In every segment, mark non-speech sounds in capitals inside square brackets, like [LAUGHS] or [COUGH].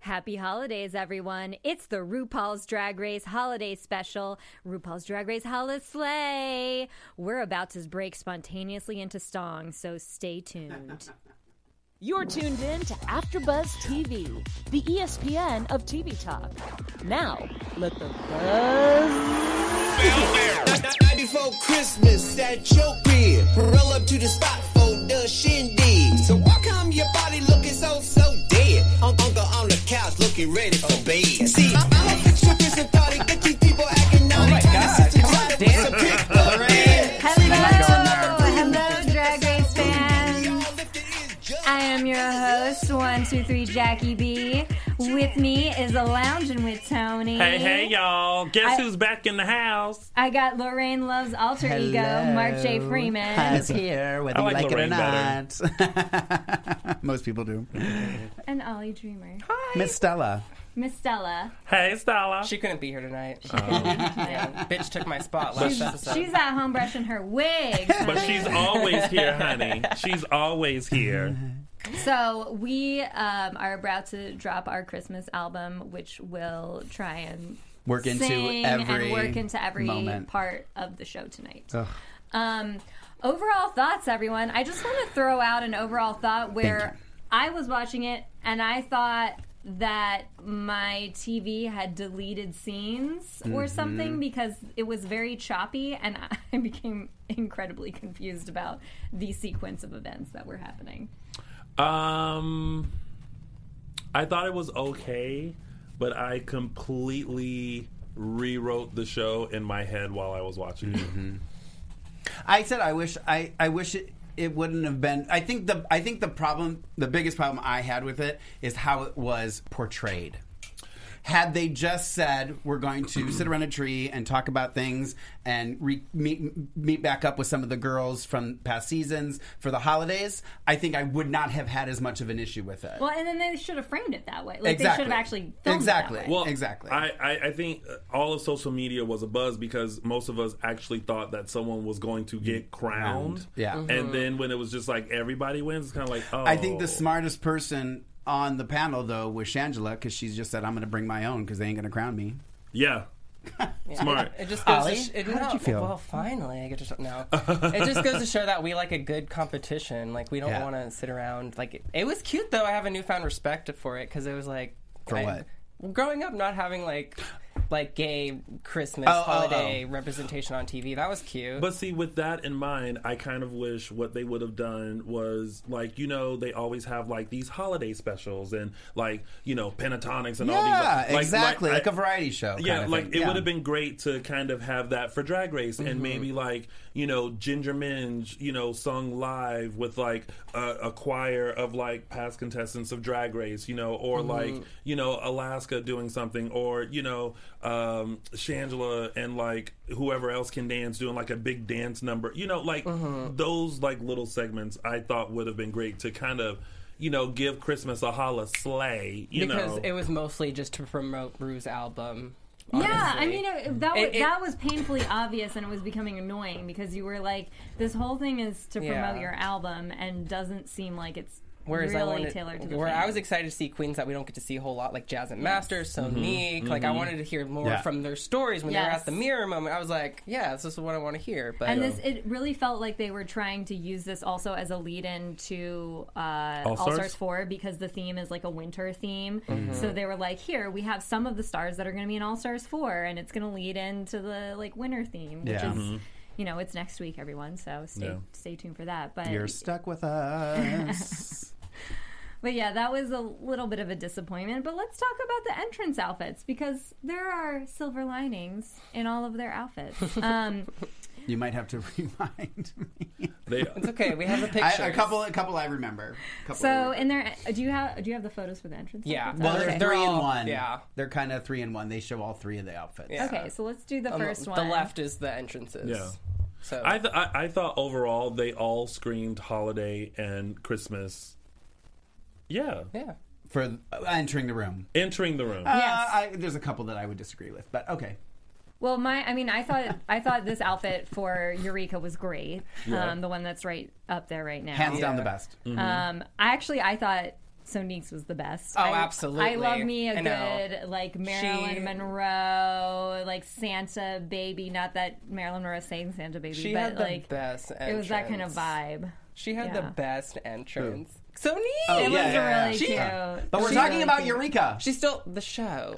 Happy holidays, everyone. It's the RuPaul's Drag Race Holiday Special, RuPaul's Drag Race Holiday Sleigh. We're about to break spontaneously into song, so stay [LAUGHS] tuned. You're tuned in to AfterBuzz TV, the E ESPN of TV talk. Now, let the buzz. 94 Christmas at your crib. Roll up to the spot for the shindig. So why come your body looking so, so dead? Un- Uncle on the couch looking ready for bed. See, I- I'm a fixture Christmas party. Get these people acting naughty. Oh Trying to sit together with some people. [LAUGHS] Hello, hello, Drag Race fans. I am your host, one, two, three, Jackie B. With me is a lounging with Tony. Hey, hey, y'all. Guess I- who's back in the house? I got Lorraine Love's alter ego, Hello. Mark J. Freeman. Is here, whether I like you like it or Lorraine not. better. [LAUGHS] Most people do. And Ollie Dreamer. Miss Stella. Miss Stella. Hey, Stella. She couldn't be here tonight. She Oh. couldn't. [LAUGHS] Bitch took my spot last episode. She's at home brushing her [LAUGHS] wig. but she's always here, honey. She's always here. so we um, are about to drop our Christmas album, which will try and Work into sing every and work into every moment. Oh, part of the show tonight. Ugh. Um, overall thoughts, everyone. I just want to throw out an overall thought where I was watching it and I thought that my TV had deleted scenes or Mm-hmm. something because it was very choppy and [LAUGHS] I became incredibly confused about the sequence of events that were happening. Um, I thought it was okay, but I completely rewrote the show in my head while I was watching Mm-hmm. it. I said I wish I, I wish it, it wouldn't have been I think the I think the problem the biggest problem I had with it is how it was portrayed. Had they just said we're going to sit around a tree and talk about things and re- meet meet back up with some of the girls from past seasons for the holidays, I think I would not have had as much of an issue with it. Well, and then they should have framed it that way. Like they should Exactly. have actually filmed Exactly. It that way. Well, Exactly. I, I, I think uh, all of social media was a buzz because most of us actually thought that someone was going to get crowned. Mm-hmm. Yeah. And then when it was just like everybody wins, it's kind of like, oh. I think the smartest person on the panel though was Shangela because she's just said I'm going to bring my own because they ain't going to crown me. [LAUGHS] Yeah. Smart. It just goes Ollie, to sh- it, how did no, you feel? Well, finally, I get to sh- [LAUGHS] no. it just goes to show that we like a good competition. Like we don't Yeah. want to sit around. Like it, it was cute though. I have a newfound respect for it because it was like For I- what? well, Growing up, not having like like gay Christmas Oh, oh, holiday representation on TV. That was cute. But see, with that in mind, I kind of wish what they would have done was like, you know, they always have like these holiday specials and like, you know, pentatonics and all these. Yeah, Like, like- exactly. I- Like, a variety show. Yeah, kind of like thing. it Yeah. would have been great to kind of have that for Drag Race, and maybe like you know Ginger Minge, you know, sung live with like a, a choir of like past contestants of Drag Race, you know, or like you know Alaska doing something, or you know um, Shangela and like whoever else can dance doing like a big dance number, you know, like those like little segments I thought would have been great to kind of. You know, give Christmas a holla sleigh. You because know, it was mostly just to promote Rue's album. Yeah, I honestly. mean it, that was, It- it- that was painfully obvious, and it was becoming annoying because you were like, "This whole thing is to promote Yeah. your album, and doesn't seem like it's Whereas really I wanted, tailored to the." where I fan." was excited to see queens that we don't get to see a whole lot, like Jasmine Masters, Sonique. Like I wanted to hear more Yeah. from their stories when they were Yes. at the mirror moment. I was like, yeah, this is what I want to hear. But and this it really felt like they were trying to use this also as a lead-in to uh, All, All Stars? Stars? Four because the theme is like a winter theme. Mm-hmm. So they were like, "Here we have some of the stars that are going to be in All Stars Four, and it's going to lead into the like winter theme, which Yeah. is." Mm-hmm. You know, it's next week, everyone. So stay Yeah. stay tuned for that. But You're stuck with us. But yeah, that was a little bit of a disappointment. But let's talk about the entrance outfits because there are silver linings in all of their outfits. Um, [LAUGHS] you might have to [LAUGHS] remind me. they, it's okay. We have a I, picture. a couple, a couple I remember. A couple I so remember. in their, do you have do you have the photos for the entrance? Yeah. outfits? well, okay. they're, Okay. three They're in all- one. yeah. they're kind of three in one. They show all three of the outfits. Yeah. Okay, so let's do the Um, first the one. left is the entrances. Yeah. So I, th- I I thought overall they all screamed holiday and Christmas. Yeah, yeah. for uh, entering the room. entering the room. Uh, Yes. I, there's a couple that I would disagree with, but okay. Well, my, I mean, I thought I thought this outfit for Eureka was great. Yeah. Um, the one that's right up there right now. Hands down Yeah. the best. Um, I actually I thought Sonique's was the best. Oh, I, absolutely. I love me a I know. good like Marilyn She- Monroe, like Santa baby. Not that Marilyn Monroe sang Santa baby, She but had the like best it was that kind of entrance. vibe. She had Yeah. the best entrance. So neat. It yeah, was yeah, really yeah. cute. But we're She talking really about cute. Eureka. She's still the show.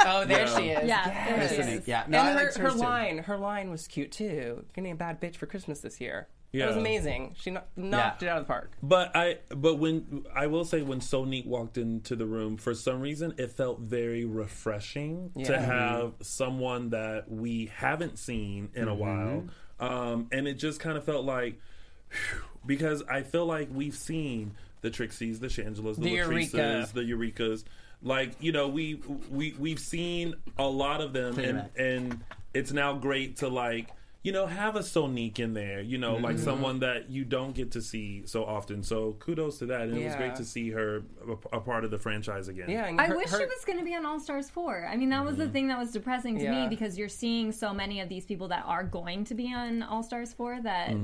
oh, there Yeah. she is. Yeah, Yes. there she is. Yeah, no, I and her, liked her hers too. line, her line was cute too. Getting a bad bitch for Christmas this year. That was Yeah. amazing. She kno- knocked Yeah. it out of the park. But I, but when I will say when Sonique walked into the room, for some reason it felt very refreshing to Yeah. Mm-hmm. have someone that we haven't seen in a while, Mm-hmm. um, and it just kind of felt like [SIGHS] phew, because I feel like we've seen the Trixies, the Shangelas, the, The Latrices, Eureka. the Eurekas. Like you know, we we we've seen a lot of them, and Playback. and it's now great to like you know have a Sonique in there, you know, like someone that you don't get to see so often. So kudos to that, and it was Yeah. great to see her a, a part of the franchise again. Yeah. and I her- wish her- she was going to be on All Stars 4. I mean, that was the thing that was depressing to Yeah. me because you're seeing so many of these people that are going to be on All Stars 4 that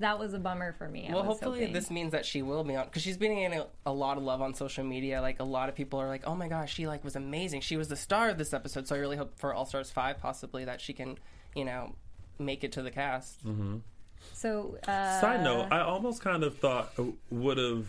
that was a bummer for me. I Well, was hopefully hoping. this means that she will be on because she's been getting a, a lot of love on social media. Like a lot of people are like, "Oh my gosh, she like was amazing. She was the star of this episode." So I really hope for All Stars Five, possibly that she can, you know, make it to the cast. So, uh, Side note, I almost kind of thought uh, would have.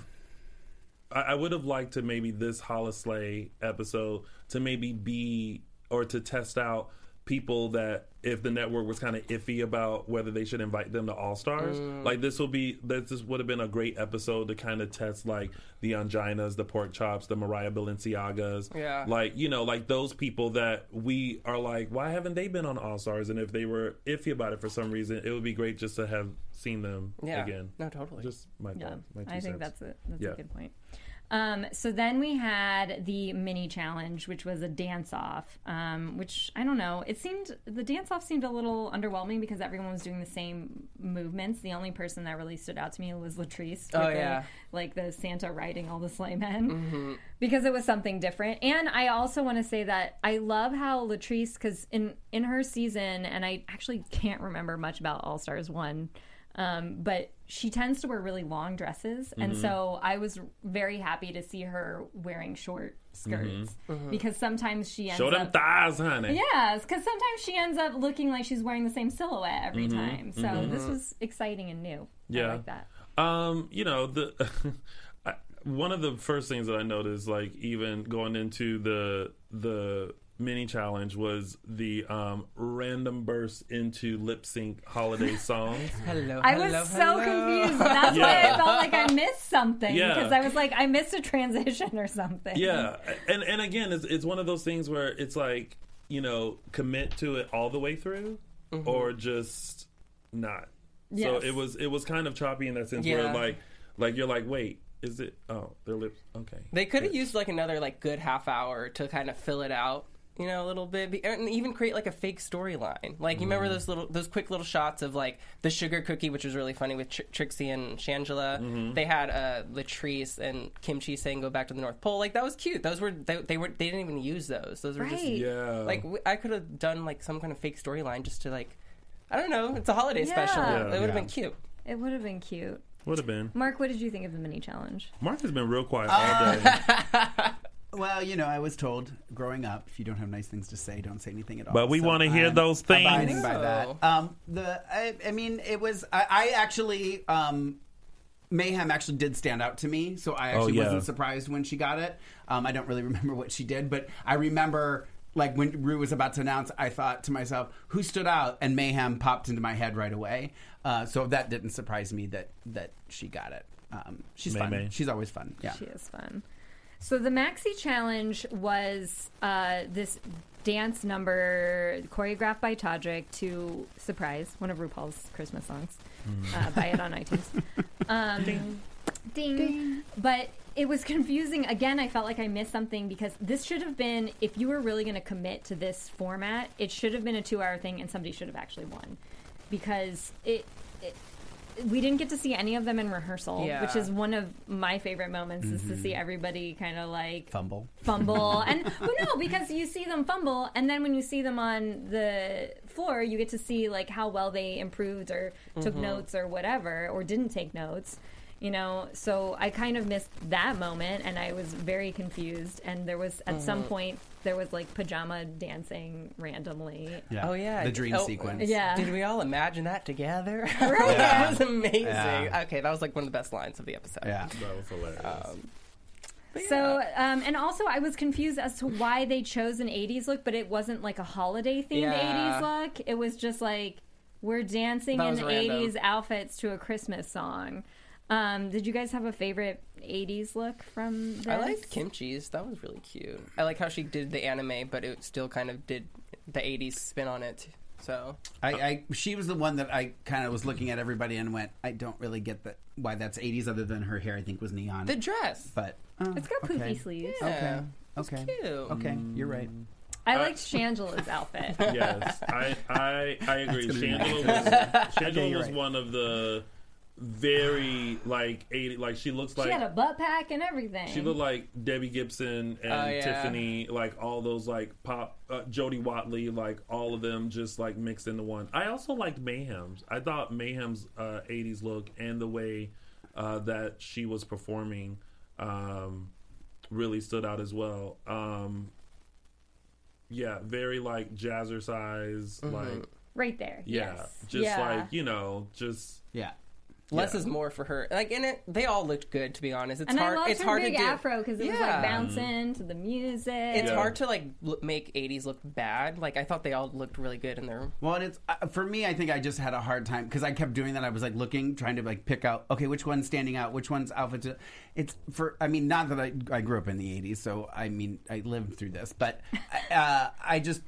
I, I would have liked to maybe this Holisley episode to maybe be or to test out people that if the network was kind of iffy about whether they should invite them to All Stars, Mm. like this will be that this would have been a great episode to kind of test like the Anginas, the Pork Chops, the Mariah Balenciagas, Yeah. like you know, like those people that we are like, why haven't they been on All Stars? And if they were iffy about it for some reason, it would be great just to have seen them Yeah. again. No, totally. Just my, yeah, my two I think cents. that's a, that's Yeah. a good point. Um, so then we had the mini challenge, which was a dance off, um, which I don't know. It seemed the dance off seemed a little underwhelming because everyone was doing the same movements. The only person that really stood out to me was Latrice. with Oh, the- yeah. Mm-hmm. like the Santa riding all the sleigh men because it was something different. And I also want to say that I love how Latrice, because in in her season, and I actually can't remember much about All Stars one, um, but she tends to wear really long dresses, and so I was very happy to see her wearing short skirts because sometimes she ends Show them up. thighs, honey. Yes, because sometimes she ends up looking like she's wearing the same silhouette every time. So this was exciting and new. I Yeah. like that. Um, you know the. [LAUGHS] I, one of the first things that I noticed, like even going into the the mini challenge, was the um, random burst into lip sync [LAUGHS] holiday songs. Hello, I was hello, so hello. confused. That's why I Yeah. felt like I missed something Yeah. because I was like, I missed a transition or something. yeah and and again it's, it's one of those things where it's like you know commit to it all the way through Mm-hmm. or just not Yes. so it was it was kind of choppy in that sense Yeah. where like like you're like wait is it oh their lips okay They could have used like another like good half hour to kind of fill it out, you know, a little bit, Be- and even create like a fake storyline. Like you Mm. remember those little those quick little shots of like the sugar cookie, which was really funny with Tr- Trixie and Shangela. Mm-hmm. They had uh, Latrice and Kimchi saying "Go back to the North Pole." Like that was cute. Those were they, they were they didn't even use those. Those were just Right. yeah like w- I could have done like some kind of fake storyline just to like I don't know. It's a holiday Yeah. special. Yeah, it would have yeah. been cute. It would have been cute. would have been Mark, what did you think of the mini challenge? mark has been real quiet [LAUGHS] all day Well, you know, I was told growing up, if you don't have nice things to say, don't say anything at all. But we So wanna hear I'm those things. Abiding by that. Oh. No. Um, the I, I mean, it was I, I actually um, Mayhem actually did stand out to me, so I actually Oh, yeah. wasn't surprised when she got it. Um, I don't really [LAUGHS] remember what she did, but I remember. Like when Rue was about to announce, I thought to myself, "Who stood out?" And Mayhem popped into my head right away. Uh, so that didn't surprise me that that she got it. Um, she's May-May. fun. She's always fun. Yeah. She is fun. So the maxi challenge was uh, this dance number choreographed by Todrick to surprise one of RuPaul's Christmas songs. Uh, buy it on iTunes. Um, ding. ding, But it was confusing. Again, I felt like I missed something because this should have been if you were really going to commit to this format, it should have been a two-hour thing, and somebody should have actually won because it. it we didn't get to see any of them in rehearsal, Yeah. which is one of my favorite moments is to see everybody kind of like Fumble. fumble and well, no because you see them fumble and then when you see them on the floor you get to see like how well they improved or took notes or whatever or didn't take notes you know so i kind of missed that moment and i was very confused and there was at some point there was like pajama dancing randomly Yeah. Oh, yeah. The dream Oh, sequence. yeah Did we all imagine that together? [LAUGHS] that was amazing. Okay, that was like one of the best lines of the episode. Yeah. That was hilarious. Oh, So, um, and also, I was confused as to why they chose an 80s look, but it wasn't like a holiday themed Yeah. 80s look. It was just like, we're dancing That in was random. 80s outfits to a Christmas song. Um, did you guys have a favorite 80s look from this? I liked Kimchi's. That was really cute. I like how she did the anime, but it still kind of did the 80s spin on it. So, I, I she was the one that I kind of was looking at everybody and went, I don't really get that why that's 80s other than her hair I think was neon. the dress. but oh, It's got poofy okay. sleeves. Yeah. Uh, Okay. Cute. Okay, you're right. I liked Shangela's [LAUGHS] outfit. yes, I I, I agree. gonna be Shangela [LAUGHS] was, Shangela you're was right. one of the very like eighty. Like she looks She like had a butt pack and everything. She looked like Debbie Gibson and Oh, yeah. Tiffany, like all those like pop uh, Jody Watley, like all of them just like mixed into one. I also liked Mayhem's. I thought Mayhem's uh, '80s look and the way uh, that she was performing um, really stood out as well. Um, yeah, very like jazzercise, like right there. yeah, Mm-hmm. yes. just Yeah. like you know, just Yeah. Less is more for her. Like, and it, they all looked good, to be honest. It's and hard. I loved it's her hard big to do. afro because it was Yeah. like bouncing to the music. It's Yeah. hard to like l- make 80s look bad. Like, I thought they all looked really good in their. Well, and it's uh, for me. I think I just had a hard time because I kept doing that. I was like looking, trying to like pick out. Okay, which one's standing out? Which one's outfit? It's for. I mean, not that I, I grew up in the '80s, so I mean, I lived through [LAUGHS] this, but uh, I just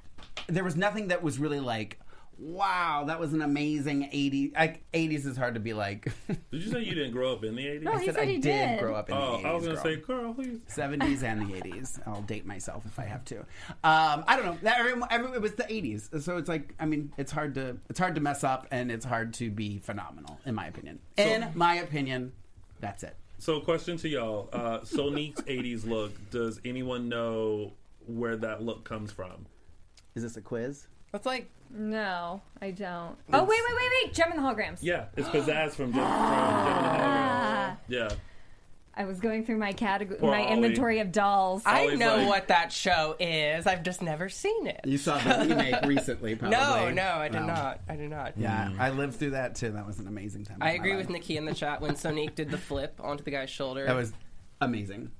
there was nothing that was really like, wow, that was an amazing '80s. Like '80s is hard to be like. [LAUGHS] did you say you didn't grow up in the '80s? No, he that said I he did, did. grow up in oh, the '80s. I was gonna girl. say, girl, please. 70s and the 80s. I'll date myself if I have to. Um, I don't know. That- every- every- it was the 80s, so it's like I mean, it's hard to it's hard to mess up, and it's hard to be phenomenal, in my opinion. in my opinion, that's it. So, question to y'all: uh, Sonique's [LAUGHS] '80s look. Does anyone know where that look comes from? Is this a quiz? It's like No, I don't. Oh wait, wait, wait, wait! Gem and the holograms. Yeah, it's pizzazz from Jim, from Jim [GASPS] and the Holograms. Yeah, I was going through my category, Poor my Ollie. inventory of dolls. I Always know like- what that show is. I've just never seen it. You saw the remake [LAUGHS] recently, probably. No, no, I did Well, not. I did not. Yeah, I lived through that too. That was an amazing time. I of my agree life. with Nikki in the chat when Sonique did the flip onto the guy's shoulder. That was amazing.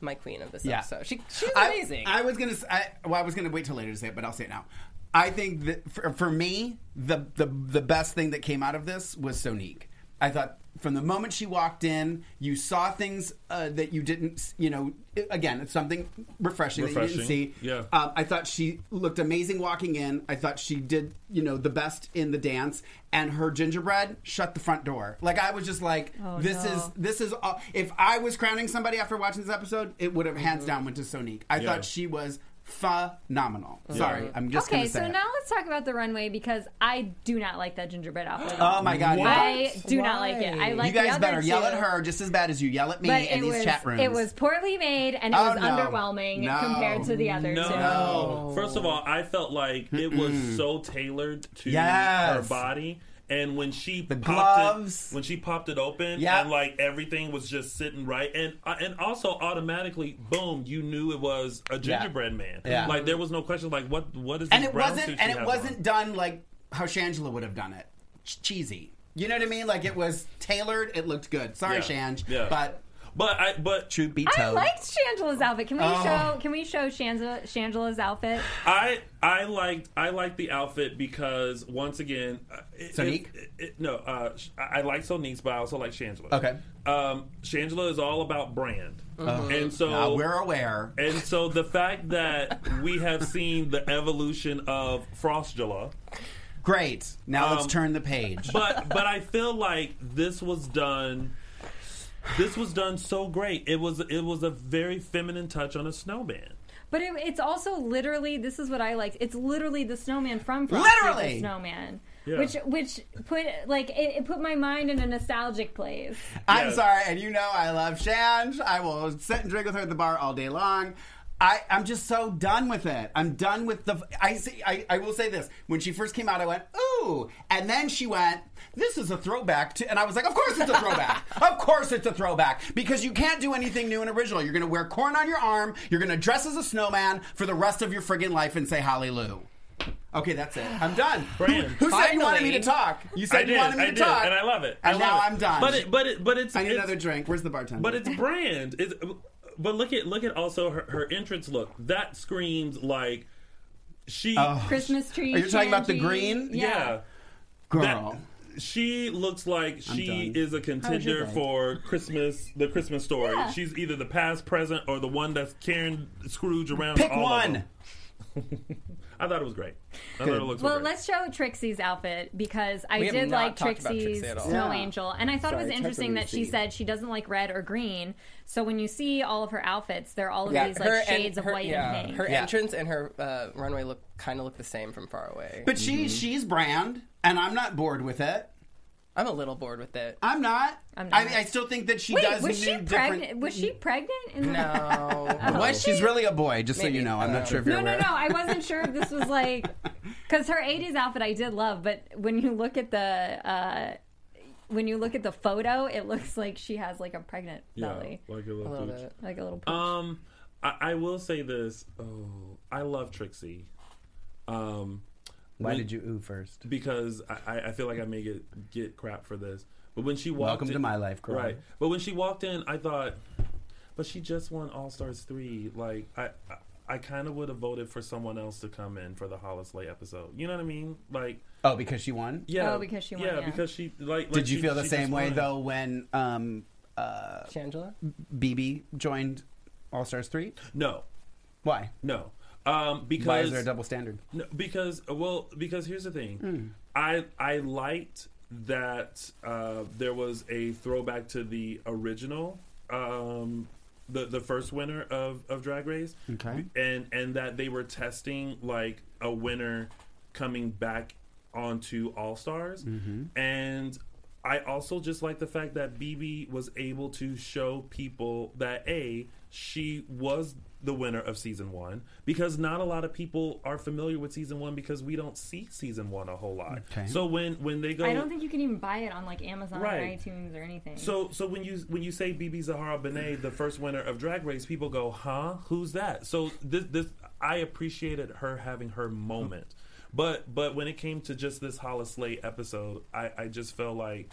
my queen of this Yeah. episode. She she's I- amazing. I, was gonna. s- I, well, I was gonna wait till later to say it, but I'll say it now. I think that for, for me, the, the the best thing that came out of this was Sonique. I thought from the moment she walked in, you saw things uh, that you didn't. s- You know, i- again, it's something refreshing, that you Refreshing, didn't see. yeah. Um, I thought she looked amazing walking in. I thought she did, you know, the best in the dance. And her gingerbread shut the front door. Like I was just like, Oh, this no. is this is all, if I was crowning somebody after watching this episode, it would have hands down went to Sonique. I Mm-hmm. Yeah. thought she was phenomenal. Sorry, I'm just okay, gonna say so it. now let's talk about the runway because I do not like that gingerbread outfit. Oh my god! What? I do not like it. Why? I like you the guys other better two, yell at her just as bad as you yell at me But in it these was chat rooms. it was poorly made and it Oh, was no. underwhelming No. compared to the other two. no. First of all, I felt like it was so tailored to Yes. her body. And when she the gloves. it, when she popped it open, Yeah. and like everything was just sitting right, and uh, and also automatically, boom, you knew it was a gingerbread man. Yeah. like there was no question. Like what what is this and it brown wasn't suit and she has it on? wasn't done like how Shangela would have done it. Ch- cheesy. You know what I mean? Like it was tailored. It looked good. Sorry, Yeah. Shange, Yeah. but But I but truth be I told, liked Shangela's outfit. Can we Oh. show? Can we show Shangela, Shangela's outfit? I I liked I liked the outfit because once again, uh, it, Sonique? it- it- no, uh, sh- I I like Sonique's, but I also like Shangela. Okay. um, Shangela is all about brand, and so Uh, we're aware. and so the fact that we have seen the evolution of Frostula, Great. Now let's Um, turn the page. but but I feel like this was done. This was done so great. It was it was a very feminine touch on a snowman. But it, it's also literally this is what I liked. It's literally the snowman from Frosty Literally! the Snowman, Yeah. which which put like it, it put my mind in a nostalgic place. I'm Yes. sorry, and you know I love Shange. I will sit and drink with her at the bar all day long. I, I'm just so done with it. I'm done with the. I see. I, I will say this. When she first came out, I went, "Ooh, ooh. And then she went, this is a throwback to, and I was like, of course it's a [LAUGHS] throwback. of course it's a throwback because you can't do anything new and original. You're going to wear corn on your arm. You're going to dress as a snowman for the rest of your friggin' life and say hallelujah. Okay, that's it. I'm done. Brian, who said you wanted me to finally. talk? You I said did. you wanted me I to did, talk, and I love it. And I now love it. I'm done. But it, but it, but it's I need it's- another drink. Where's the bartender? But it's brand. It's, but look at look at also her, her entrance look. That screams like she. Oh. Christmas tree. Are you talking about the Shanty. green? yeah. Yeah. girl. She looks like she done. is a contender for Christmas, the Christmas story. Yeah. She's either the past, present, or the one that's carrying Scrooge around. Pick all of one. them. [LAUGHS] I thought it was great. I thought it looked Well, great. let's show Trixie's outfit because I We have did not like talked about Trixie Trixie's at all. Snow Yeah. Angel, and I thought it Sorry, was interesting that she Trixie. said she doesn't like red or green. So when you see all of her outfits, they're all of Yeah, these like en- shades of her- white yeah, and pink. Her Yeah. entrance and her uh, runway look kind of look the same from far away. But she she's brand, and I'm not bored with it. I'm a little bored with [LAUGHS] it. I'm not. I'm I, not. I still think that she Wait, does was new she different. pregnant? Was she pregnant? In the- [LAUGHS] No. What? She's really a boy, just so you know. I'm not sure if you're No, no, aware. no. I wasn't sure if this was [LAUGHS] like because her '80s outfit I did love, but when you look at the uh, when you look at the photo, it looks like she has like a pregnant belly, yeah, like a little, Love pooch. it. like a little. Um, I, I will say this. Oh, I love Trixie. Um, Why did you ooh first? because I- I, I feel like I may get get crap for this. But when she walked, Welcome to in- my life, girl. Right. But when she walked in, I thought, but she just won All Stars three. Like I. I I kind of would have voted for someone else to come in for the Hollis Lay episode. You know what I mean? Like, Oh, because she won. yeah, Oh, because she won, yeah, yeah. because she like. like Did you she- feel the she same just way won. though when um, uh, Shangela? BB joined All Stars Three? No, Why? no, um, because Why is there a double standard? No, because well, because here's the thing, I I liked that uh, there was a throwback to the original, um, the the first winner of of Drag Race, Okay. and and that they were testing like a winner coming back onto All Stars, and. I also just like the fact that BB was able to show people that a she was the winner of season one because not a lot of people are familiar with season one because we don't see season one a whole lot. Okay. So when when they go, I don't think you can even buy it on like Amazon Right. or iTunes or anything. so so when you when you say BB Zahara Benet, the first winner of Drag Race, people go, "Huh? Who's that?" So this this I appreciated her having her moment, but but when it came to just this Hollis Slade episode, I I just felt like.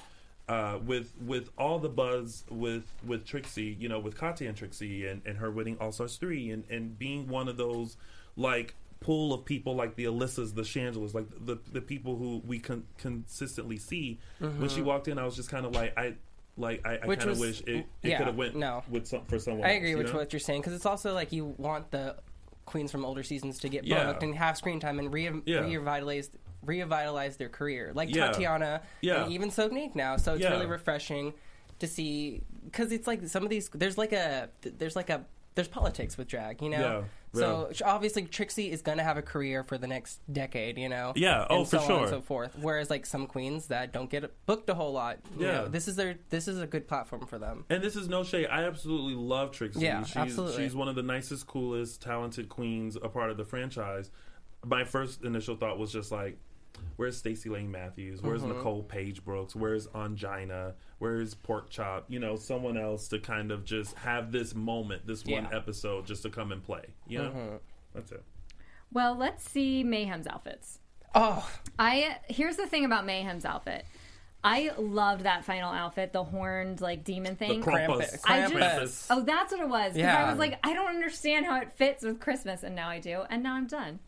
Uh, with with all the buzz with with Trixie, you know, with Katya and Trixie and, and her winning All Stars three and, and being one of those like pool of people like the Alyssas, the Shangelas, like the the people who we con- consistently see. When she walked in, I was just kind of like I like I, I Which kind of wish was- it, it yeah, could have went no. with some, for someone. I agree else, you with know? what you're saying because it's also like you want the queens from older seasons to get Yeah. booked and have screen time and re- Yeah. revitalize revitalize their career, like Yeah. Tatiana Yeah. and even Sognick now. So it's Yeah. really refreshing to see because it's like some of these there's like a there's like a there's politics with drag, you know. Yeah. So sh- obviously Trixie is gonna have a career for the next decade, you know. Yeah. Oh, and for so on sure. and so forth. Whereas like some queens that don't get booked a whole lot, you Yeah. know, this is their this is a good platform for them. And this is no shade. I absolutely love Trixie. Yeah, she's, absolutely. She's one of the nicest, coolest, talented queens a part of the franchise. My first initial thought was just like, where's Stacey Lane Matthews? Where's Mm-hmm. Nicole Page Brooks? Where's Angina? Where's Pork Chop? You know, someone else to kind of just have this moment, this one Yeah. Mm-hmm. episode, just to come and play. You know, that's it. well, let's see Mayhem's outfits. Oh, I here's the thing about Mayhem's outfit. I loved that final outfit, the horned like demon The thing. Krampus. Krampus. I Krampus. just, oh, that's what it was. 'Cause I Yeah. was like, I don't understand how it fits with Christmas, and now I do, and now I'm done.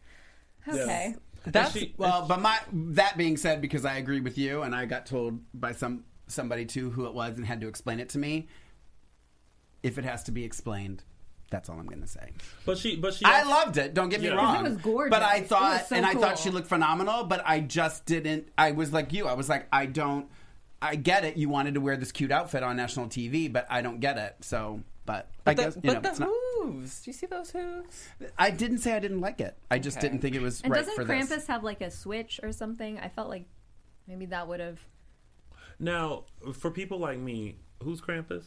Okay. that's She- Well, but my that being said, because I agree with you, and I got told by some somebody too who it was and had to explain it to me. If it has to be explained, that's all I'm going to say. but she, but she. I also- loved it. Don't get me Yeah. wrong. It was gorgeous. But I It was thought, so and I thought cool. she looked phenomenal. But I just didn't. I was like you. I was like, I don't. I get it. You wanted to wear this cute outfit on national TV, but I don't get it. So, but, I the- guess you know. but It's the not, hooves. Do you see those hooves? I didn't say I didn't like it. I just Okay. didn't think it was And right doesn't for Krampus this. have like a switch or something? I felt like maybe that would have. Now, for people like me, who's Krampus?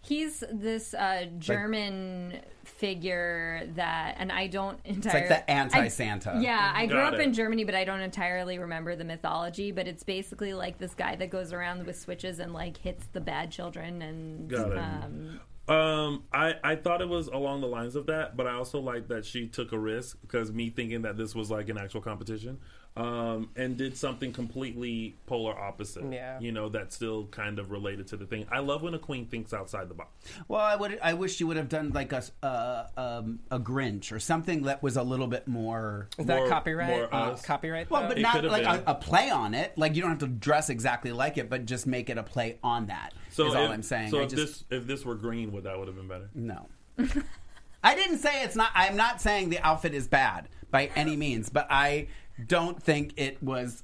He's this uh, German figure that, and I don't entirely. the anti-Santa. I- yeah, I grew Got up in it. Germany, but I don't entirely remember the mythology. But it's basically like this guy that goes around with switches and like hits the bad children and. Got it. Um, Um, I, I thought it was along the lines of that, but I also like that she took a risk because me thinking that this was like an actual competition, um, and did something completely polar opposite. Yeah. you know that's still kind of related to the thing. I love when a queen thinks outside the box. Well, I would. I wish you would have done like a s- uh, um, a Grinch or something that was a little bit more. Is that More- copyright? Uh, more Uh, us. copyright. Well, though? but It not could have like a, been. a play on it. Like you don't have to dress exactly like it, but just make it a play on that. Is So all if- I'm saying. So I if just, this if this were Greenwood, that would have been better. no. [LAUGHS] I didn't say it's not. I'm not saying the outfit is bad by any means, but I don't think it was.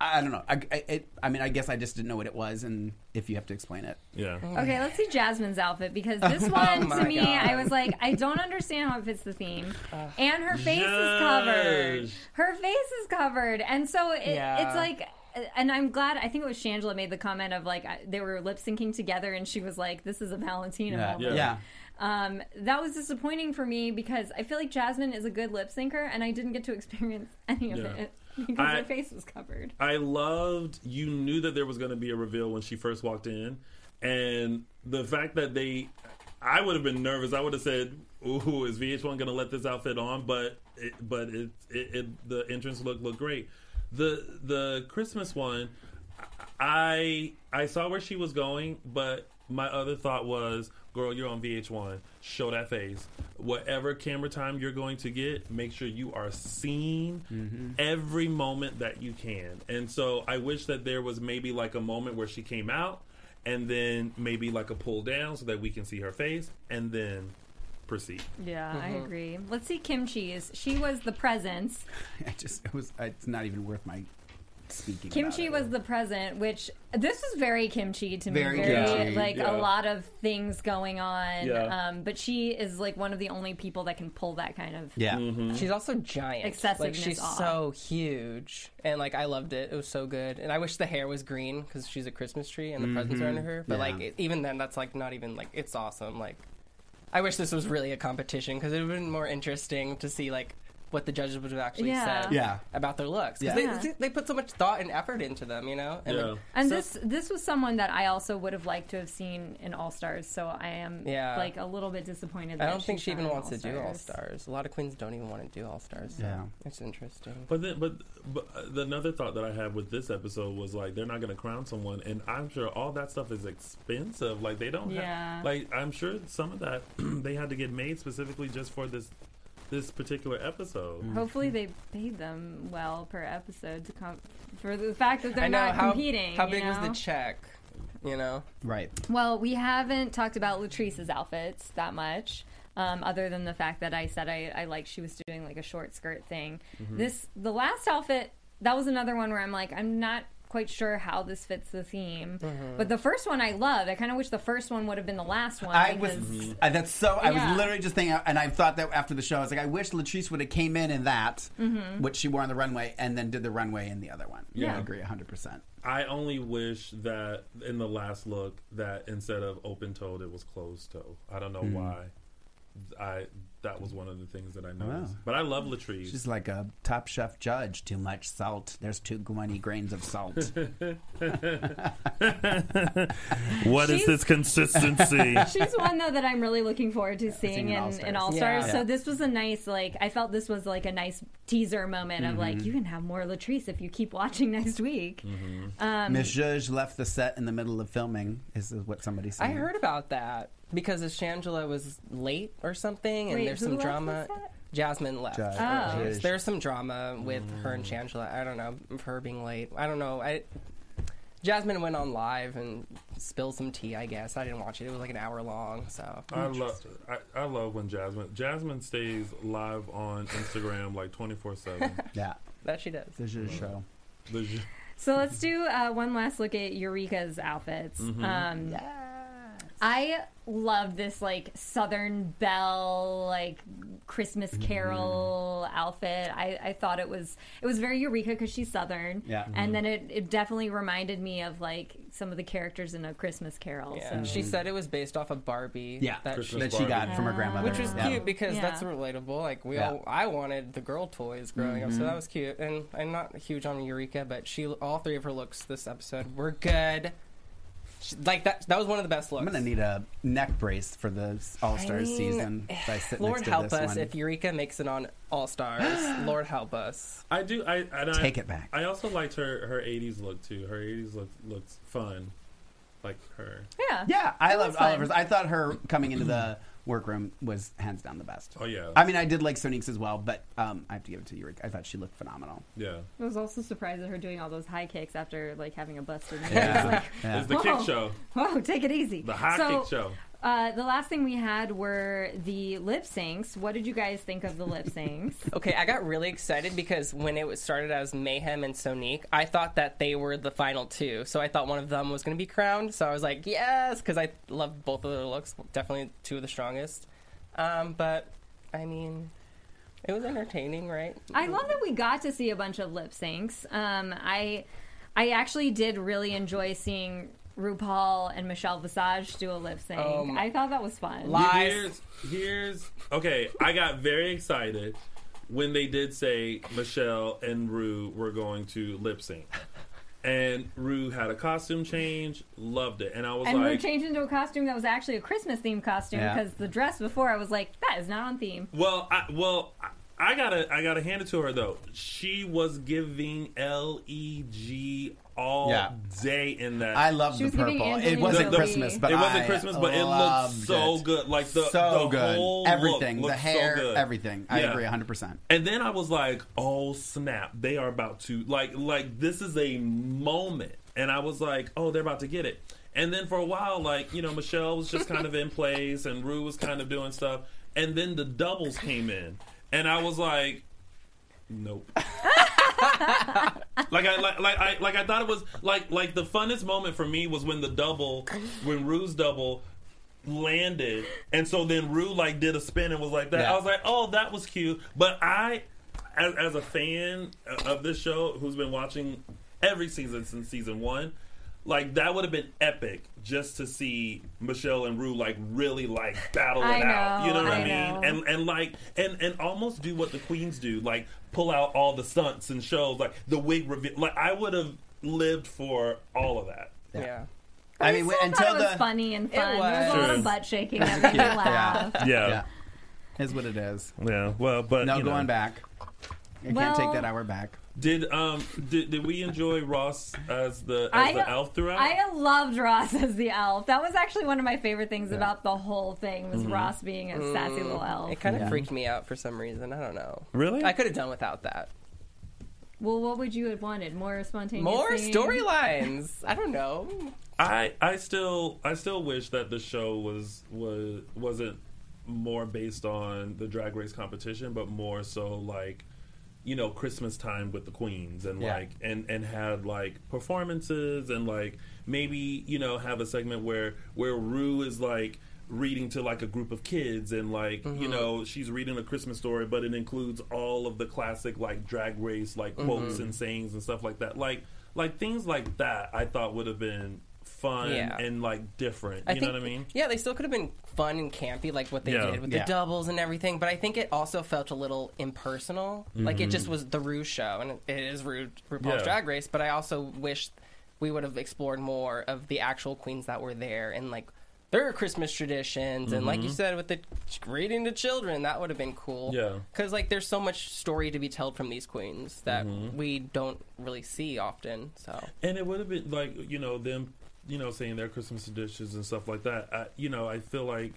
I I don't know. I, I, it, I mean, I guess I just didn't know what it was, and if you have to explain it, [LAUGHS] Yeah. okay, let's see Jasmine's outfit because this one my to me, God. I was like, I don't understand how it fits the theme, and her face is covered. Yes. Her face is covered, and so it, Yeah. it's like. And I'm glad. I think it was Shangela made the comment of like I- they were lip syncing together, and she was like, "This is a Valentina yeah, moment." yeah. Um, that was disappointing for me because I feel like Jasmine is a good lip syncer, and I didn't get to experience [LAUGHS] any of Yeah. it because I- her face was covered. I loved you knew that there was going to be a reveal when she first walked in and the fact that they I would have been nervous. I would have said, "Ooh, is VH1 going to let this outfit on?" But it, but it, it, it the entrance look looked great. The the Christmas one I I saw where she was going, but my other thought was, girl, you're on VH1. Show that face. Whatever camera time you're going to get, make sure you are seen every moment that you can. And so I wish that there was maybe like a moment where she came out and then maybe like a pull down so that we can see her face and then proceed. Yeah, I agree. Mm-hmm. Let's see Kim Cheese. She was the presence. I just it was. It's not even worth my speaking. about Kimchi it. was the present, which this was very kimchi to me. Very Very, kimchi, like yeah. a lot of things going on. Yeah. Um, but she is like one of the only people that can pull that kind of. yeah. Mm-hmm. She's also giant. Like Excessiveness she's off. so huge, and like I loved it. It was so good, and I wish the hair was green because she's a Christmas tree and the presents are under her. But Mm-hmm. Yeah. like it, even then, that's like not even like it's awesome. Like I wish this was really a competition because it would have been more interesting to see like what the judges would have actually Yeah. said Yeah. about their looks. 'Cause Yeah. They, they put so much thought and effort into them, you know. And, Yeah. like, And so- this this was someone that I also would have liked to have seen in All Stars. So I am Yeah. like a little bit disappointed. I that don't think she's she not even in wants to do All All-Stars. Stars. A lot of queens don't even want to do All Stars. Yeah. It's interesting. But then, but, but the- another thought that I had with this episode was like they're not going to crown someone, and I'm sure all that stuff is expensive. Like they don't, Yeah. have, like I'm sure some of that [CLEARS THROAT] they had to get made specifically just for this this particular episode. Hopefully they paid them well per episode to com- for the fact that they're I know not how competing. how you big was know? the check, you know. Right. Well, we haven't talked about Latrice's outfits that much, um, other than the fact that I said I, I like she was doing like a short skirt thing. Mm-hmm. This the last outfit that was another one where I'm like I'm not quite sure how this fits the theme, Mm-hmm. but the first one I loved. I kind of wish the first one would have been the last one. I was. because- I, that's so. I Yeah. was literally just thinking, and I thought that after the show, I was like, I wish Latrice would have came in in that, Mm-hmm. which she wore on the runway, and then did the runway in the other one. Yeah. I agree, hundred percent. I only wish that in the last look that instead of open toed, it was closed toe. I don't know why. I that was one of the things that I noticed. But I love Latrice. She's like a Top Chef judge. Too much salt. There's too many grains of [LAUGHS] salt. What is She's- this consistency? She's one though that I'm really looking forward [LAUGHS] to seeing in in, All-Stars. in All Stars. Yeah. So this was a nice like I felt this was like a nice teaser moment of like Mm-hmm. you can have more Latrice if you keep watching next week. Um, Miss Zhuzh left the set in the middle of filming. Is what somebody said. I heard about that because Shangela was late or something, and Wait, there's who some left drama. was that? Jasmine left. Judge. Oh. Zhuzh. There's some drama with her Mm. and Shangela. I don't know of her being late. I don't know. I Jasmine went on live and spilled some tea. I guess I didn't watch it. It was like an hour long. So I love I, I love when Jasmine Jasmine stays live on Instagram like twenty four [LAUGHS] seven. Yeah. that she does. The Zhuzh show. So let's do uh, one last look at Eureka's outfits. Um, I love this like Southern Belle like Christmas Carol outfit. I, I thought it was it was very Eureka because she's Southern. Yeah. And then it, it definitely reminded me of like some of the characters in A Christmas Carol. Yeah. So. She said it was based off of Barbie. Yeah, that Christmas that she got Barbie. from her grandmother, which was Yeah. cute because Yeah. that's relatable. Like we Yeah. Mm-hmm. all, I wanted the girl toys growing up, so that was cute. And I'm not huge on Eureka, but she, all three of her looks this episode were good. She, like that, that was one of the best looks. I'm gonna need a neck brace for the All Stars mean, season. If I [SIGHS] sit Lord next to help this us one. if Eureka makes it on All Stars. Lord help us. I do. I and I, Take it back. I also liked her her '80s look too. Her '80s look looks fun, like her. yeah. yeah, I It was loved fun. Oliver's. I thought her coming into the [CLEARS THROAT] workroom was hands down the best. Oh yeah, I mean, I did like Sonique's as well, but um, I have to give it to Eureka. I thought she looked phenomenal. yeah. I was also surprised at her doing all those high kicks after like having a busted knee. Yeah. [LAUGHS] It's [LAUGHS] like, Yeah. It's the kick Whoa. show, whoa, take it easy. the Oh. high So, kick show. Uh, the last thing we had were the lip syncs. What did you guys think of the lip [LAUGHS] syncs? Okay, I got really excited because when it was started as Mayhem and Sonique, I thought that they were the final two. So I thought one of them was going to be crowned. So I was like, yes, because I love both of their looks. Definitely two of the strongest. Um, but I mean, it was entertaining, right? I love that we got to see a bunch of lip syncs. Um, I I actually did really enjoy seeing RuPaul and Michelle Visage do a lip sync. Um, I thought that was fun. Live- Lies. Here's here's okay. I got very excited when they did say Michelle and Rue were going to lip sync, and Rue had a costume change. Loved it, and I was and we like, changed into a costume that was actually a Christmas themed costume Yeah. because the dress before I was like, that is not on theme. Well, I, well, I, I gotta, I gotta hand it to her though. She was giving L E G all Yeah. day in that. I loved She the was giving purple. it Angelina wasn't Jolie- Christmas, but it wasn't I Christmas, but it looked loved so it. good. Like the so the good. whole look everything, the looked so hair, good. everything. I Yeah. agree 100. percent And then I was like, "Oh snap! They are about to like like this is a moment." And I was like, "Oh, they're about to get it." And then for a while, like you know, Michelle was just kind of in place, and Rue was kind of doing stuff, and then the doubles came in, and I was like, "Nope." like I like, like I like I thought it was like like the funnest moment for me was when the double when Rue's double landed and so then Rue like did a spin and was like that. Yeah. I was like, "Oh, that was cute." But I as as a fan of this show who's been watching every season since season 1, like that would have been epic just to see Michelle and Rue like really like [LAUGHS] battle it I out. You know know, what I I, mean? know. And and like and and almost do what the queens do like pull out all the stunts and shows like the wig reveal like i would have lived for all of that Yeah. I I mean, still until thought it was the funny and fun. There was a was. lot of True. butt shaking [LAUGHS] that made me laugh. yeah, is what it is. yeah well but No you know. going back. I Well- can't take that hour back. did um did, did we enjoy ross as the as I- the elf throughout I uh, loved Ross as the elf. That was actually one of my favorite things about the whole thing was Ross being a sassy little elf. Mm-hmm. Mm. It kind of freaked me out for some reason. I don't know. Really? I could have done without that. Well, what would you have wanted? More spontaneous. More singing? storylines. I don't know. I I still I still wish that the show was was wasn't more based on the drag race competition, but more so like you know Christmas time with the queens and Yeah. like and and had like performances and like maybe you know have a segment where where Rue is like reading to like a group of kids and like Mm-hmm. you know she's reading a christmas story but it includes all of the classic like drag race like Mm-hmm. quotes and sayings and stuff like that like like things like that i thought would have been fun Yeah. and like different. You I know think- what I mean? Yeah, they still could have been fun and campy, like what they Yeah. did with Yeah. the doubles and everything. But I think it also felt a little impersonal. Like it just was the Rue show, and it is Rue RuPaul's Mm-hmm. Yeah. Drag Race. But I also wish we would have explored more of the actual queens that were there and like their Christmas traditions. And Mm-hmm. like you said, with the reading to children, that would have been cool. Yeah. because like there's so much story to be told from these queens that Mm-hmm. we don't really see often. So And it would have been like you know them, you know, saying their Christmas dishes and stuff like that. I, you know, I feel like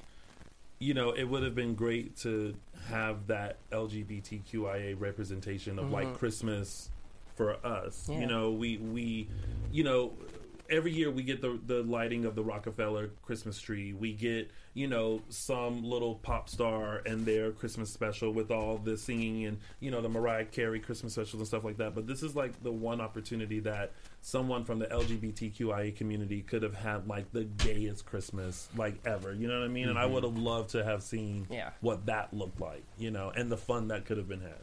you know it would have been great to have that LGBTQIA representation of like Christmas for us. Yeah. You know, we we you know. Every year we get the the lighting of the Rockefeller Christmas tree. We get you know some little pop star and their Christmas special with all the singing and you know the Mariah Carey Christmas specials and stuff like that. But this is like the one opportunity that someone from the LGBTQIA community could have had like the gayest Christmas like ever. You know what I mean? And I would have loved to have seen Mm-hmm. Yeah. what that looked like. You know, and the fun that could have been had.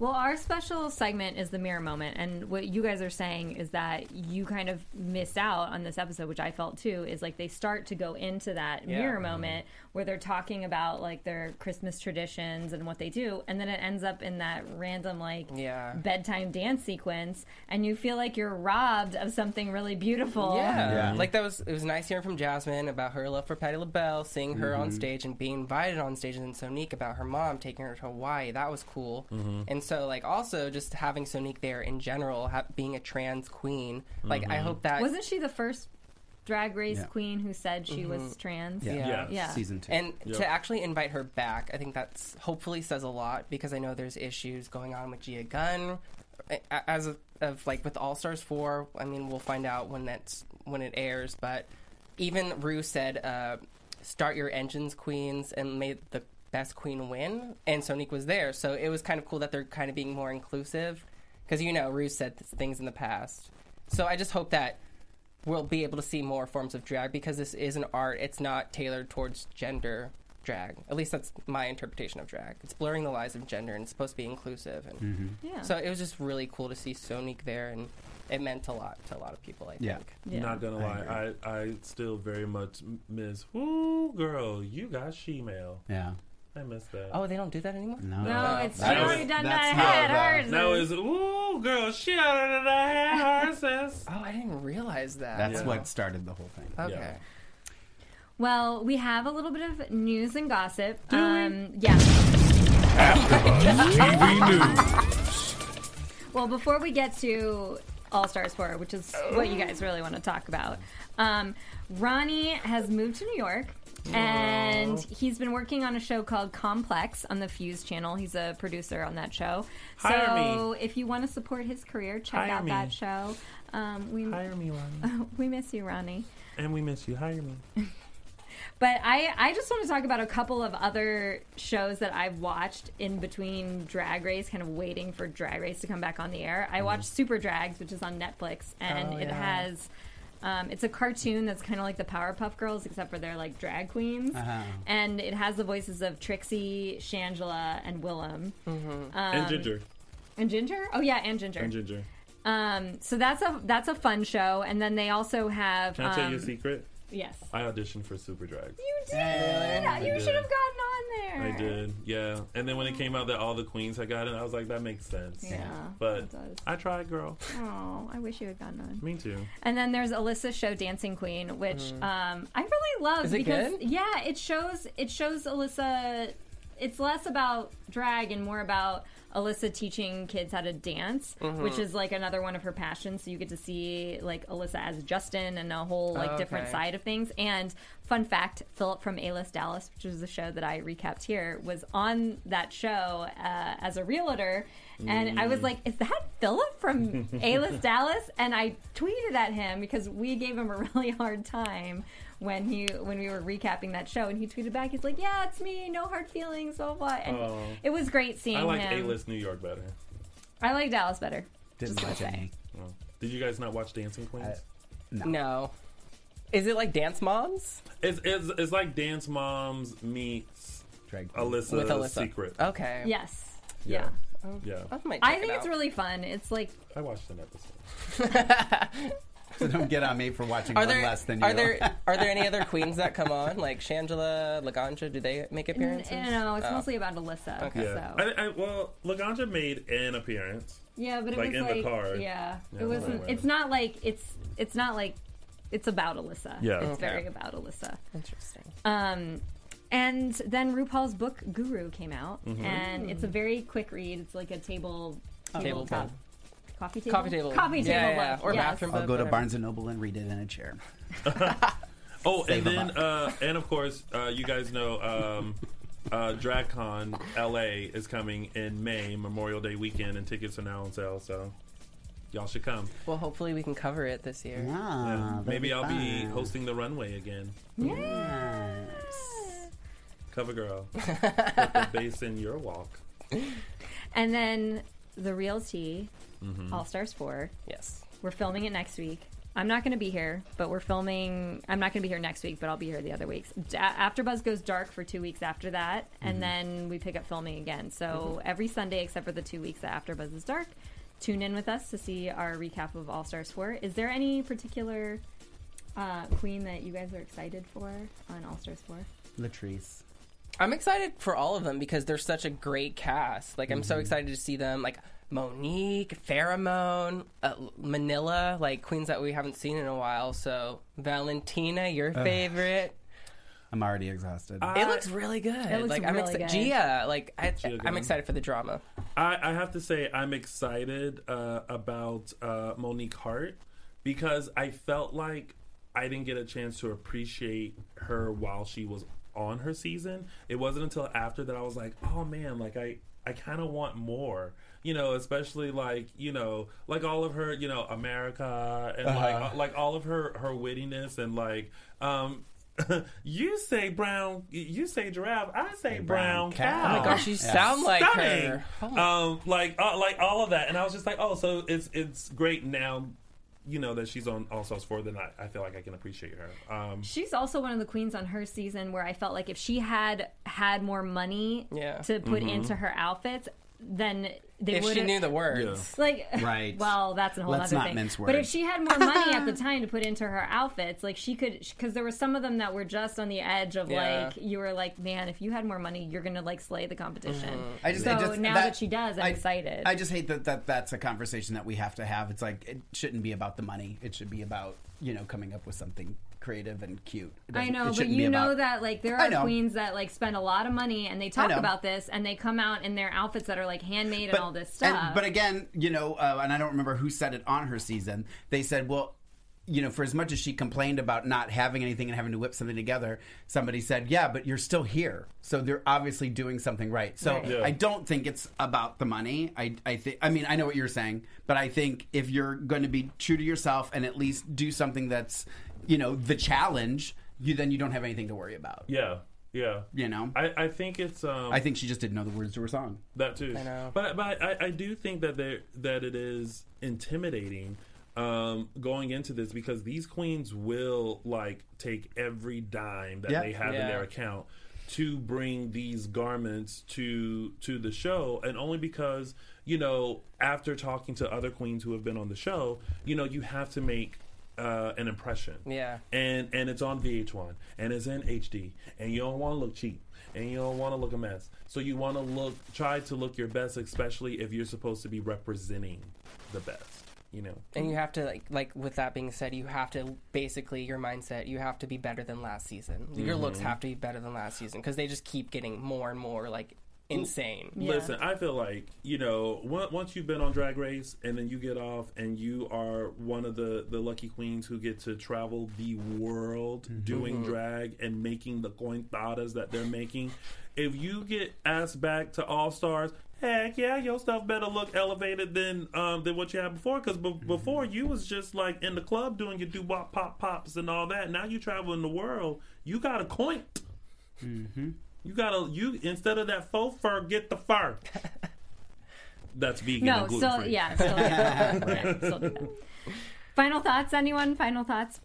Well, our special segment is the mirror moment, and what you guys are saying is that you kind of missed out on this episode, which I felt too. Is like they start to go into that Yeah. Mm-hmm. mirror moment where they're talking about like their Christmas traditions and what they do, and then it ends up in that random like Yeah. bedtime dance sequence, and you feel like you're robbed of something really beautiful. Yeah. like that was it was nice hearing from Jasmine about her love for Patti LaBelle, seeing her on stage and being invited on stage, and then Sonique about her mom taking her to Hawaii. That was cool. And so, like, also just having Sonique there in general, ha- being a trans queen, like, I hope that Wasn't she the first drag race Yeah. queen who said she was trans? Mm-hmm. Yeah. Yes. Yeah. Season two. And Yeah. to actually invite her back, I think that's hopefully says a lot because I know there's issues going on with Gia Gunn. A- a- As of, of like with All Stars four, I mean we'll find out when that's when it airs. But even Rue said, uh, "Start your engines, queens," and made the best queen win. And Sonique was there, so it was kind of cool that they're kind of being more inclusive because you know Rue said th- things in the past. So I just hope that we'll be able to see more forms of drag because this is an art. It's not tailored towards gender drag. At least that's my interpretation of drag. It's blurring the lines of gender and it's supposed to be inclusive. And Mm-hmm. Yeah. So it was just really cool to see Sonique there and it meant a lot to a lot of people, I think. Yeah. Yeah. Not gonna lie, I, I still very much m- miss. Ooh, girl, you got shemale. yeah. I miss that. Oh, they don't do that anymore? No. No, it's she That was- already done that's that. how Had that- hers. Now is ooh, girl, she out of the hair horses. Oh, I didn't realize that. That's Yeah. what started the whole thing. Uh, Okay. Yeah. Well, we have a little bit of news and gossip. um, Yeah. Well, before we get to All Stars 4, which is what you guys really want to talk about, um, Ronnie has moved to New York. And he's been working on a show called Complex on the Fuse channel. He's a producer on that show. Hire so if you want to support his career, check Hire out me. that show. Um, we, Hire me, Lonnie. [LAUGHS] we miss you, Ronnie. [LAUGHS] and we miss you. Hire me. But I, I just want to talk about a couple of other shows that I've watched in between Drag Race, kind of waiting for Drag Race to come back on the air. Mm-hmm. I watched Super Drags, which is on Netflix, and Oh, it yeah. has. Um, it's a cartoon that's kind of like the Powerpuff Girls, except for they're like drag queens, Uh-huh. Uh-huh. and it has the voices of Trixie, Shangela, and Willem, and Ginger. and Ginger. Oh yeah, and Ginger. Hmm. And Ginger. um, so that's a that's a fun show, and then they also have. Can I tell you a um, secret? yes, I auditioned for Super Drags. you did. You did. should have gotten on there. I did, yeah. And then when it came out that all the queens had gotten, it, I was like, that makes sense. Yeah, But it does. I tried, girl. Oh, I wish you had gone on. Me too. And then there's Alyssa's show Dancing Queen, which um, I really love Mm. Is it because good? yeah, it shows it shows Alyssa. It's less about drag and more about Alyssa teaching kids how to dance, Mm-hmm. which is like another one of her passions. So you get to see like Alyssa as Justin and a whole like Oh, different okay. side of things. And fun fact, Philip from A List Dallas, which is the show that I recapped here, was on that show uh, as a realtor, and I was like, "Is that Philip [LAUGHS] from A List Dallas?" And I tweeted at him because we gave him a really hard time when he when we were recapping that show, and he tweeted back, "He's like, yeah, it's me, no hard feelings, blah blah." blah." And Oh. it was great seeing I like A him. list New York better. I like Dallas better. Didn't Just watch gonna any. Oh. Did you guys not watch Dancing Queens? No. Is it like Dance Moms? It's, it's, it's like Dance Moms meets Drag queen. Alyssa, With Alyssa. Oh. Secret. Okay. Yes. Yeah. Yeah. Yeah. I, might I check think it it's out. really fun. It's like I watched an episode. So don't get on me for watching Are one there, less than you. [LAUGHS] are there are there any other queens that come on like Shangela, Laganja? Do they make appearances? no, it's mostly about Alyssa. Yeah. So. I, I, well, Laganja made an appearance. Yeah, but it Like, was in the like car. yeah, Yeah, it wasn't. whatever. It's not like it's it's not like it's about Alyssa. Yeah. it's Okay. very about Alyssa. Interesting. Um, and then RuPaul's book Guru came out, Mm-hmm. and Hmm. it's a very quick read. It's like a table Table tabletop. book. Coffee table, Coffee table. coffee table, Yeah, yeah, book. Or yes. bathroom book. I'll go to whatever. Barnes and Noble and read it in a chair. Oh, and Save a then buck. uh, and of course, uh, you guys know um, uh, DragCon LA is coming in May Memorial Day weekend, and tickets are now on sale. So y'all should come. Well, hopefully we can cover it this year. Yeah. Ah, that'll Maybe I'll be fun. hosting the runway again. Yes. Cover girl, put the bass in your walk. And Mm-hmm. then the real tea, All Stars Four. Yes. We're filming it next week. I'm not going to be here, but we're filming. I'm not going to be here next week, but I'll be here the other weeks. D- after Buzz goes dark for two weeks after that, Mm-hmm. and then we pick up filming again. So every Sunday, except for the two weeks that After Buzz is dark, tune in with us to see our recap of All Stars 4. Is there any particular uh, queen that you guys are excited for on All Stars 4? Latrice. I'm excited for all of them because they're such a great cast. Like, I'm so excited to see them. Like, Monique, Pheromone, uh, Manila, like queens that we haven't seen in a while. So, Valentina, your favorite. I'm already exhausted. Uh, It looks really good. It Uh, looks like, I'm really good. Gia, like, I, I'm Goodman. excited for the drama. I, I have to say I'm excited uh, about uh, Monique Hart because I felt like I didn't get a chance to appreciate her while she was on her season. It wasn't until after that I was like, oh man, like I I kind of want more. You know, especially like you know, like all of her, you know, America and like, uh, like all of her her wittiness and like, um, [LAUGHS] you say brown, you say giraffe, I say brown, cow. cow. Oh my Gosh, you sound like Stunning. her. Oh. Um, like uh, like all of that, and I was just like, oh, so it's it's great now. You know that she's on All Stars four. Then I, I feel like I can appreciate her. Um, She's also one of the queens on her season where I felt like if she had had more money Yeah. Mm-hmm. to put into her outfits, then they If would she have knew the words. Yeah. like [LAUGHS] Right. Well, that's a whole Let's other not thing. mince But if words. she had more money at the time to put into her outfits, like she could, because there were some of them that were just on the edge of Yeah. like you were like, man, if you had more money, you're gonna like slay the competition. Mm-hmm. I just, so I just, now that, she does, I'm I- excited. I just hate that, that that's a conversation that we have to have. It's like it shouldn't be about the money. It should be about you know coming up with something creative and cute. It I doesn't- it know, but shouldn't be you know about- that like there I are know. queens that like spend a lot of money and they talk know. about this and they come out in their outfits that are like handmade and all this and- stuff. but again, you know, uh, and I don't remember who said it on her season. They said, well, you know, for as much as she complained about not having anything and having to whip something together, somebody said, yeah, but you're still here. So they're obviously doing something right. So Right. Yeah. I don't think it's about the money. I, I think, I mean, I know what you're saying, but I think if you're going to be true to yourself and at least do something that's, you know, the challenge, you then you don't have anything to worry about. yeah, yeah. You know? I, I think it's. Um, I think she just didn't know the words to her song. that too. know. But but I, I do think that there that it is intimidating um, going into this because these queens will like take every dime that Yeah. they have in Yeah. their account to bring these garments to to the show and only because you know after talking to other queens who have been on the show you know you have to make uh, an impression Yeah. and and it's on VH1 and it's in HD and you don't want to look cheap and you don't want to look a mess. So you want to look try to look your best especially if you're supposed to be representing the best, you know. And Mm. you have to like like with that being said, you have to basically your mindset. You have to be better than last season. Your looks Mm-hmm. have to be better than last season because they just keep getting more and more like insane. Listen, I feel like you know on- once you've been on Drag Race and then you get off and you are one of the the lucky queens who get to travel the world doing drag and making the cointadas that they're making. If you get asked back to All Stars, heck yeah, your stuff better look elevated than um than what you had before. Because before you was just like in the club doing your doo wop pop pops and all that. Now you traveling the world, you got a coint. You gotta you instead of that faux fur, get the [LAUGHS] fur. That's vegan. no, and still gluten-free. yeah, still, yeah, [LAUGHS] yeah, still do that. Final thoughts, anyone? Final thoughts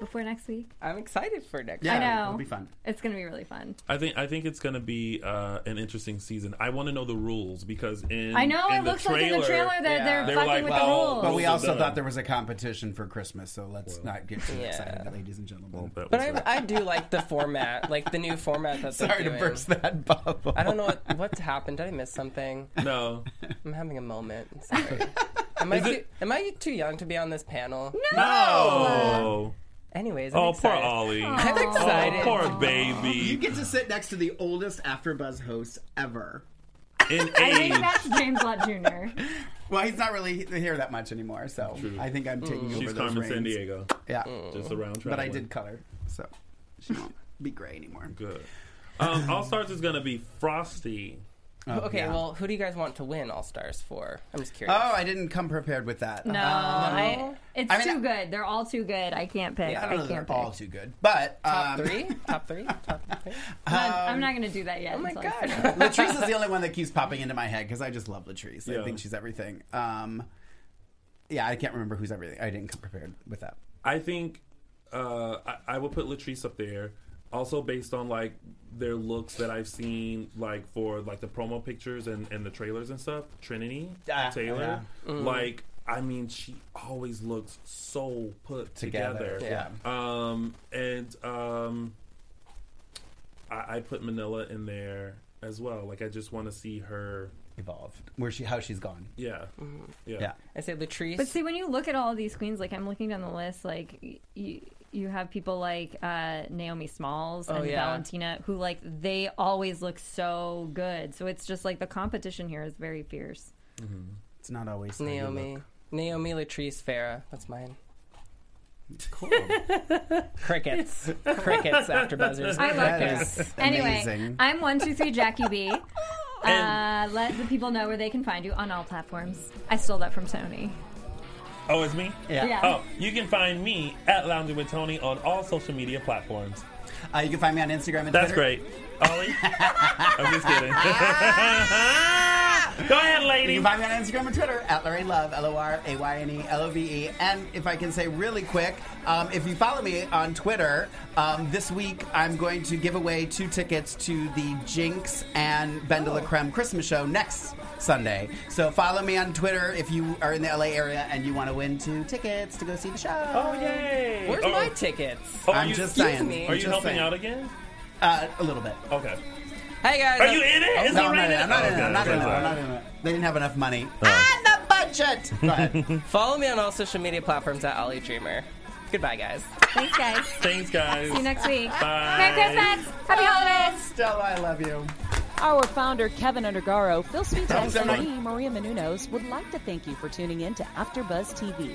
before next week? I'm excited for next. Yeah, week. know. It'll be fun. It's gonna be really fun. I think I think it's gonna be uh, an interesting season. I want to know the rules because in I know in it the looks like in the trailer that Yeah. they're They were fucking like, with well, the rules. But we Those are also done. thought there was a competition for Christmas, so let's not get too Yeah. excited, ladies and gentlemen. That was But I, it. I do like the format, like the new format that they're [LAUGHS] Sorry to doing. burst that bubble. I don't know what, what's happened. Did I miss something? no, [LAUGHS] I'm having a moment. [LAUGHS] I'm Sorry. Am I, too, am I too young to be on this panel? No. no. Anyways, I'm Oh, poor excited. Ollie. I'm excited. Oh, poor [LAUGHS] You baby. get to sit next to the oldest AfterBuzz host ever. In I think age, that's James Lott Jr. Well, he's not really here that much anymore, so I think Mm. I'm taking over she's those Carmen San reins. Diego. Yeah, Just around. but I did cut her, so she won't be gray anymore. good. Um, All Stars is gonna be frosty. Okay, Oh, yeah. well, who do you guys want to win All Stars for? I'm just curious. Oh, I didn't come prepared with that. Um, No, I, it's I mean, too I- good. They're all too good. I can't pick. I I, don't know. if can't They're pick. all too good, but Top um, three? Top [LAUGHS] three? Top three? I'm not- I'm not going to do that yet. Oh my until I see god. Latrice is the only one that keeps popping into my head because I just love Latrice. I Yeah. think she's everything. Um, yeah, I can't remember who's everything. I didn't come prepared with that. I think uh, I, I would put Latrice up there, also based on like their looks that I've seen, like for like the promo pictures and, and the trailers and stuff. Trinity Ah, Taylor, like I mean, she always looks so put together. Together, yeah. Um, and um, I, I put Manila in there as well. Like I just want to see her. Evolve. Where she how she's gone. Yeah, yeah. Mm-hmm. Yeah. I say Latrice. But see, when you look at all these queens, like I'm looking down the list, like y- you you have people like uh, Naomi Smalls and yeah. Valentina, who like they always look so good. So it's just like the competition here is very fierce. It's not always how you Naomi. Naomi, Latrice, Farah. That's mine. look. Cool. Uh, Crickets. Crickets after buzzers. I love That this. is Anyway, amazing. I'm one two three Jackie [LAUGHS] B. Uh, let the people know where they can find you on all platforms. I stole that from Tony. Oh, it's me. Yeah. Yeah. Oh, you can find me at Lounging with Tony on all social media platforms. Uh, you can find me on Instagram and That's Twitter. great. [LAUGHS] Ollie? I'm just kidding. [LAUGHS] Go ahead, You lady. can find me on Instagram and Twitter at Lorraine Love, L O R A Y N E L O V E. And if I can say really quick, um, if you follow me on Twitter, um, this week I'm going to give away two tickets to the Jinx and Ben de la Creme Christmas show next Sunday. So follow me on Twitter if you are in the LA area and you want to win two tickets to go see the show. Oh, yay. Where's oh, my tickets? oh, are I'm you- just excuse saying. me. I'm Are you just helping saying. out again? Uh, a little bit. Okay. Hey guys. Are I'm- you in it? Is No, it I'm not in rated? it. I'm not in it. Okay, I'm not in it. okay, Oh. I'm not in it. They didn't have enough money. Ah, the budget. Go ahead. Follow me on all social media platforms at Ollie Dreamer. Goodbye, guys. Thanks, guys. Thanks, guys. See you next week. Bye. Merry Christmas. Happy holidays. Stella, I love you. Our founder, Kevin Undergaro, Phil Svitek, Thanks, and everybody. me, Maria Menounos, would like to thank you for tuning in to AfterBuzz TV.